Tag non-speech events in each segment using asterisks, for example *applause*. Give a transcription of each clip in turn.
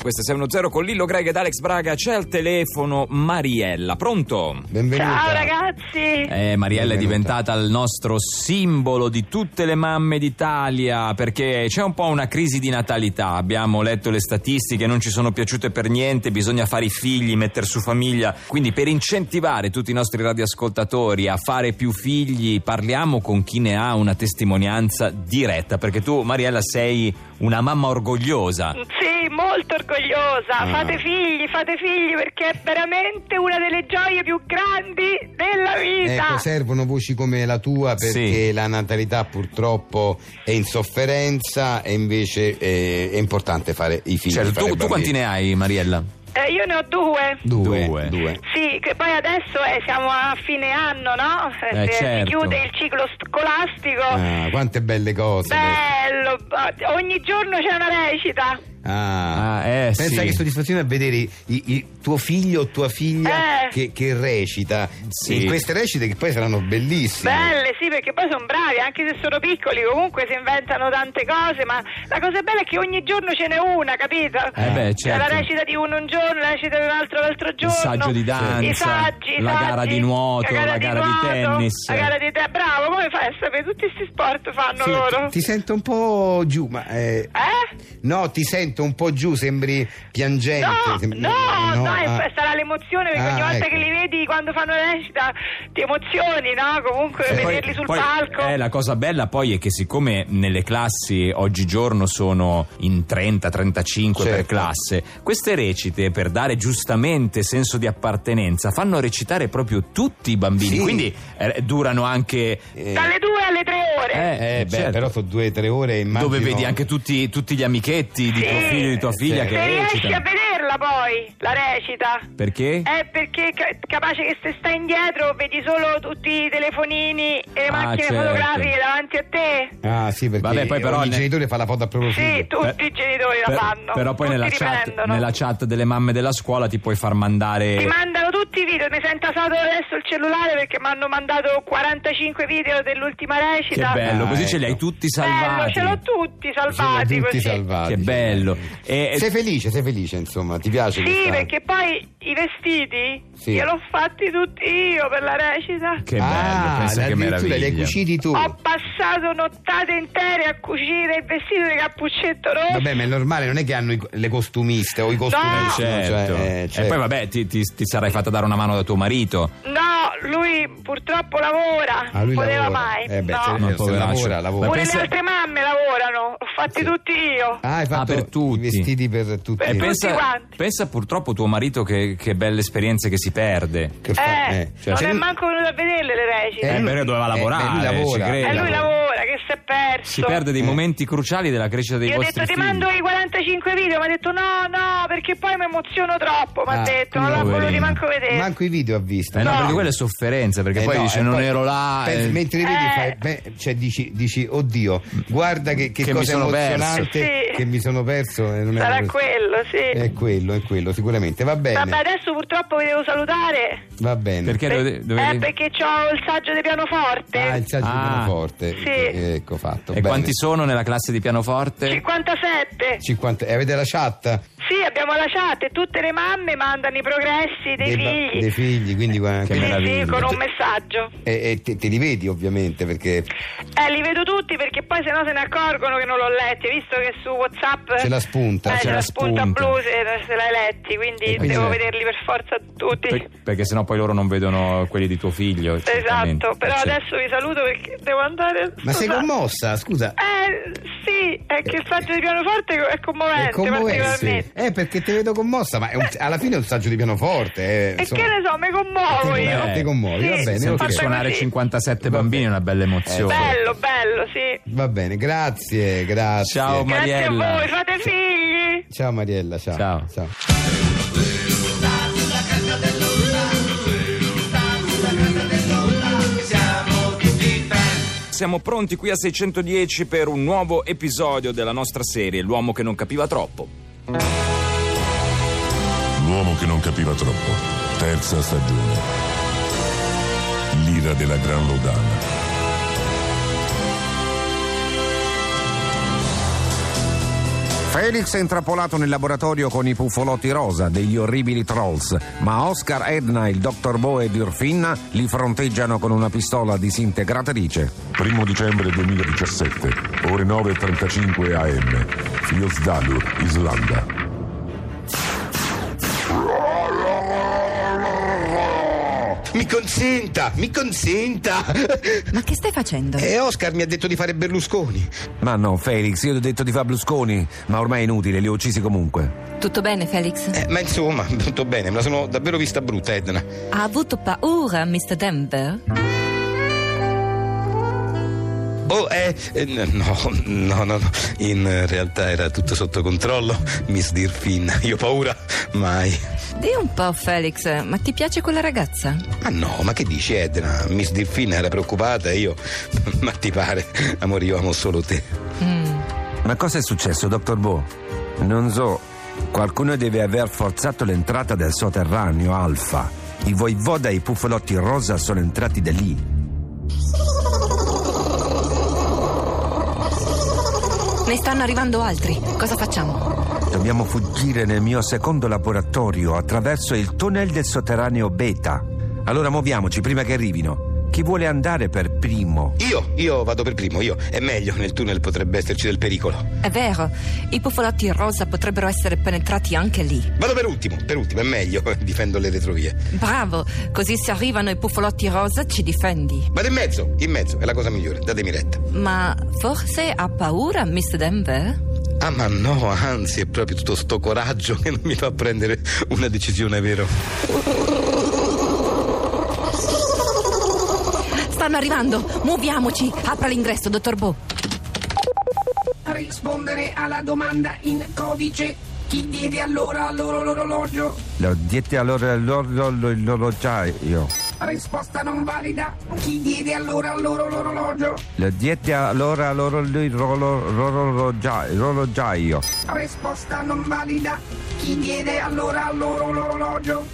Questa è 610 con Lillo Greg ed Alex Braga. C'è al telefono Mariella. Pronto? Benvenuta. Ciao ragazzi! Eh, Mariella è Benvenuta. diventata il nostro simbolo di tutte le mamme d'Italia perché c'è un po' una crisi di natalità. Abbiamo letto le statistiche, non ci sono piaciute per niente. Bisogna fare i figli, mettere su famiglia. Quindi, per incentivare tutti i nostri radioascoltatori a fare più figli, parliamo con chi ne ha una testimonianza diretta. Perché tu, Mariella, sei una mamma orgogliosa. Sì, molto orgogliosa. Ah. Fate figli, fate figli perché è veramente una delle gioie più grandi della vita. Ecco, servono voci come la tua perché la natalità purtroppo è in sofferenza e invece eh, è, importante fare i figli. Certo, fare tu, tu bambini. quanti ne hai, Mariella? Eh, io ne ho due. Due. Due. due. Sì, che poi adesso eh, siamo a fine anno, no? Eh, Si- certo. Eh, Si chiude il ciclo scolastico. Ah, quante belle cose. Bello, b- ogni giorno c'è una recita. Ah. Ah, eh, Pensa sì. che soddisfazione a vedere i- i- tuo figlio o tua figlia Eh. che, che recita. Sì. In queste recite che poi saranno bellissime. Belle, sì, perché poi sono bravi, anche se sono piccoli, comunque si inventano tante cose, ma la cosa bella è che ogni giorno ce n'è una, capito? Eh beh, C'è certo. la recita di uno un giorno, la recita di un altro l'altro giorno. saggio di danza, i saggi, i la saggi, gara di nuoto, la gara di tennis. La gara di tennis, bravo, come fai a sapere? Tutti questi sport fanno Sì, loro. ti, ti sento un po' giù, ma eh, Eh? no, ti sento un po' giù, sembri piangente. No, sembri- no, no, è- ah. sarà l'emozione perché Ah, ogni volta ecco. che li vedi quando fanno la recita ti emozioni, no? Comunque Eh, E Eh, poi- vederli sul poi, palco. eh, la cosa bella poi è che siccome nelle classi oggigiorno sono in 30-35 per Certo. classe, queste recite per dare giustamente senso di appartenenza fanno recitare proprio tutti i bambini, Sì. quindi eh, durano anche... Eh, Dalle due alle tre ore. eh, beh, certo. però sono due o tre ore immagino. dove vedi anche tutti, tutti gli amichetti di Sì. tuo figlio e di tua figlia Sì. Se che riesci a recitano. vederla poi, la recita. Perché? È perché ca- capace che se stai indietro vedi solo tutti i telefonini e le Ah, macchine certo. fotografiche davanti a te. Ah, sì, perché Vabbè, poi però ogni ne- genitore fa la foto al proprio Sì, figlio. tutti Beh, i genitori la per- fanno. Però poi tutti nella li chat, prendono. nella chat delle mamme della scuola ti puoi far mandare... Ti mandano tutti i video, mi sento stato adesso il cellulare perché mi hanno mandato 45 video dell'ultima Che recita. bello, Ah, così ecco. ce li hai tutti Bello, salvati. ce l'ho tutti Ce l'ha salvati tutti così. salvati. Eh, Che bello. Eh, E- Sei felice, sei felice, insomma, ti piace Sì, questa- perché poi i vestiti Sì. io li ho fatti tutti io per la recita. Che bello, ah, pensa che addirittura li hai meraviglia. cuciti tu. Ho passato nottate intere a cucire il vestito di cappuccetto rosso. Vabbè, ma è normale, non è che hanno i- le costumiste o i costumisti. No. no, Certo. cioè, eh, E cioè- poi vabbè, ti, ti- ti sarai fatta dare una mano da tuo marito. No, lui purtroppo lavora, Ah, lui non poteva lavora. mai. Eh beh, no. certo. Ma se poveraccio. lavora, lavora. Ma Pure pensa- le altre mamme lavorano, ho fatti tutti io. Ah, hai fatto per tutti. i vestiti per tutti. Eh, Per e tutti pensa, quanti. pensa purtroppo tuo marito che, che belle esperienze che si perde. Che fa- eh, eh, cioè, non se è lui- manco venuto a vederle le recite. Eh, lui- perché doveva eh, lavorare, lui lavora. ci credo. e Eh, lui lavora, che si è perso. Si perde dei Eh. momenti cruciali della crescita dei Io ho vostri detto ti figli. mando i 45 video, mi ha detto no, no, perché poi mi emoziono troppo, mi ha Ah, detto, non l'ho poverino. voluto manco vedere. Manco i video ha visto. Eh no, No. perché quella è sofferenza, perché Eh poi no, dice e non poi ero là. pensi- eh, mentre vedi Eh. fai- beh, cioè, dici, dici, oddio guarda che, che Che mi cosa sono perso." emozionante Sì. che mi sono perso eh, non era Sarà questo. quello, sì. è quello è quello sicuramente va bene Vabbè, adesso purtroppo vi devo salutare. va bene Perché dove- Beh, dove- eh, perché ho il saggio di pianoforte. ah il saggio Ah. pianoforte Sì. ecco fatto e bene. quanti sono nella classe di eh. pianoforte? 57. 50 e eh, avete la chat Sì, abbiamo la chat e tutte le mamme mandano i progressi dei ba- figli. dei figli quindi guarda, Che Sì, quindi- meraviglia. sì, con un messaggio. e, e te, te li vedi ovviamente perché Eh, li vedo tutti perché poi se no se ne accorgono che non l'ho letti, Hai visto che su Whatsapp C'è la spunta, eh, c'è c'è la la, spunta, spunta. blu se, se l'hai letti, quindi E quindi- devo vederli per forza tutti. Per- perché sennò poi loro non vedono quelli di tuo figlio. certamente. Esatto, però Cioè, adesso vi saluto perché devo andare. ma sei scusa. commossa scusa Eh sì, è che il saggio di pianoforte è commovente, è commovente Eh, particolarmente. eh perché te vedo commossa ma è un- alla fine è un saggio di pianoforte eh, E insomma. che ne so, mi commuovo Ti io. commuovi, ti commuovi, Sì, va bene, sono ok. Sentir fatta suonare così. 57 bambini è una bella emozione. Bello, bello, sì. Va bene, grazie, grazie. Ciao, ma- Grazie a Mariella. voi, fate figli. Ciao Mariella, ciao. Ciao. Siamo pronti qui a 610 per un nuovo episodio della nostra serie L'uomo che non capiva troppo. L'uomo che non capiva troppo. Terza stagione. L'ira della Gran Lodana. Felix è intrappolato nel laboratorio con i puffolotti rosa degli orribili trolls, ma Oscar Edna, il dottor Bo ed Urfinna li fronteggiano con una pistola disintegratrice. Primo dicembre 2017, ore 9.35 am, Fjoldalur, Islanda. Mi consenta, mi *laughs* consenta! Ma che stai facendo? E Oscar mi ha detto di fare Berlusconi. Ma no, Felix, io ti ho detto di fare Berlusconi, ma ormai è inutile, li ho uccisi comunque. Tutto bene, Felix? Eh, ma insomma, tutto bene, me la sono davvero vista brutta, Edna. Ha avuto paura, Mr. Denver? Oh, eh, eh, no, no, no, no, in realtà era tutto sotto controllo, Miss Dirfin. Io paura, mai. Dì un po', Felix, ma ti piace quella ragazza? Ma Ah, no, ma che dici Edna? Miss Dirfin era preoccupata e io. *laughs* Ma ti pare, amore, io amo solo te. Mm. Ma cosa è successo, dottor Bo? Non so, qualcuno deve aver forzato l'entrata del sotterraneo Alfa. I voivoda e i puffolotti rosa sono entrati da lì. Ne stanno arrivando altri. Cosa facciamo? Dobbiamo fuggire nel mio secondo laboratorio attraverso il tunnel del sotterraneo Beta. Allora muoviamoci prima che arrivino. Chi vuole andare per primo? Io, io vado per primo, io. È meglio, nel tunnel potrebbe esserci del pericolo. È vero, i puffolotti rosa potrebbero essere penetrati anche lì. Vado per ultimo, per ultimo, è meglio, *laughs* difendo le retrovie. Bravo, così se arrivano i puffolotti rosa ci difendi. Vado in mezzo, in mezzo, è la cosa migliore, datemi retta. Ma forse ha paura, Mr. Denver? Ah ma no, anzi è proprio tutto sto coraggio *laughs* che non mi fa prendere una decisione, vero? Stanno arrivando, muoviamoci, apra l'ingresso, dottor Bo. rispondere alla domanda in codice. Chi diede allora loro l'orologio? Lo diete allora l'orologio. Risposta non valida. Chi diede allora loro l'orologio? Lo diete allora l'orologio. Risposta non valida. Chi diede allora loro l'orologio?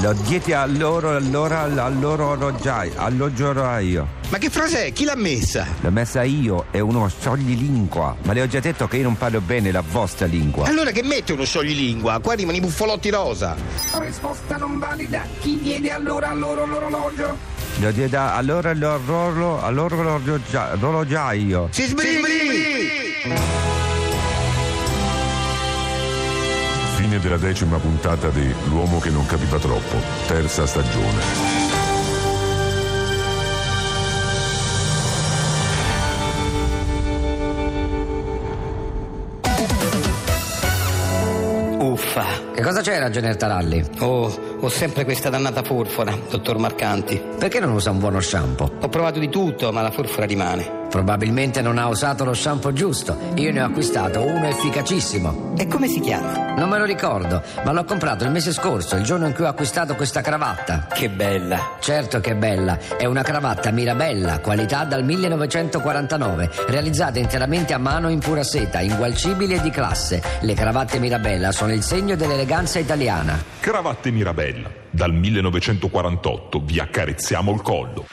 Lo diete allora allora all'orologio. All'orologio. Ma che frase è? Chi l'ha messa? L'ho messa io, è uno scioglilingua. Ma le ho già detto che io non parlo bene la vostra lingua. Allora che mette uno scioglilingua? Qua arrivano i buffolotti rosa. Risposta non valida. Chi diede allora loro l'orologio? Lo diede allora l'orologio. All'orologio. Si sbrigli! Fine della decima puntata di L'uomo che non capiva troppo, terza stagione. Che cosa c'era, Gener Taralli? Oh, ho sempre questa dannata forfora, dottor Marcanti. Perché non usa un buono shampoo? Ho provato di tutto, ma la forfora rimane. Probabilmente non ha usato lo shampoo giusto. Io ne ho acquistato uno efficacissimo. E come si chiama? Non me lo ricordo, ma l'ho comprato il mese scorso, il giorno in cui ho acquistato questa cravatta. Che bella! Certo che bella, è una cravatta Mirabella, qualità dal 1949, realizzata interamente a mano in pura seta, ingualcibili e di classe. Le cravatte Mirabella sono il segno dell'eleganza italiana. Cravatte Mirabella, dal 1948 vi accarezziamo il collo.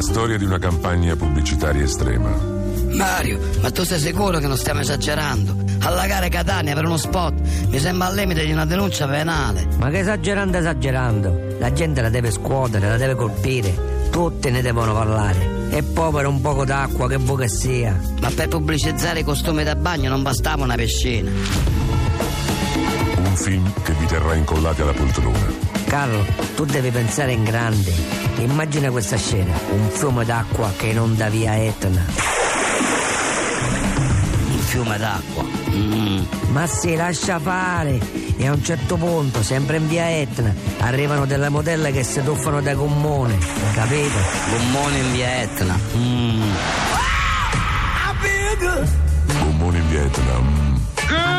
storia di una campagna pubblicitaria estrema. Mario, ma tu sei sicuro che non stiamo esagerando? Alla gara Catania per uno spot mi sembra al limite di una denuncia penale. Ma che esagerando, esagerando. La gente la deve scuotere, la deve colpire. Tutte ne devono parlare. E poi per un poco d'acqua, che vuoi che sia. Ma per pubblicizzare i costumi da bagno non bastava una piscina. Un film che vi terrà incollati alla poltrona. Carlo, tu devi pensare in grande. Immagina questa scena, un fiume d'acqua che inonda via Etna. Un fiume d'acqua? Mm. Ma si lascia fare. E a un certo punto, sempre in via Etna, arrivano delle modelle che si tuffano da gommone, capito? Gommone in via Etna. Mm. Ah, gommone in via Etna.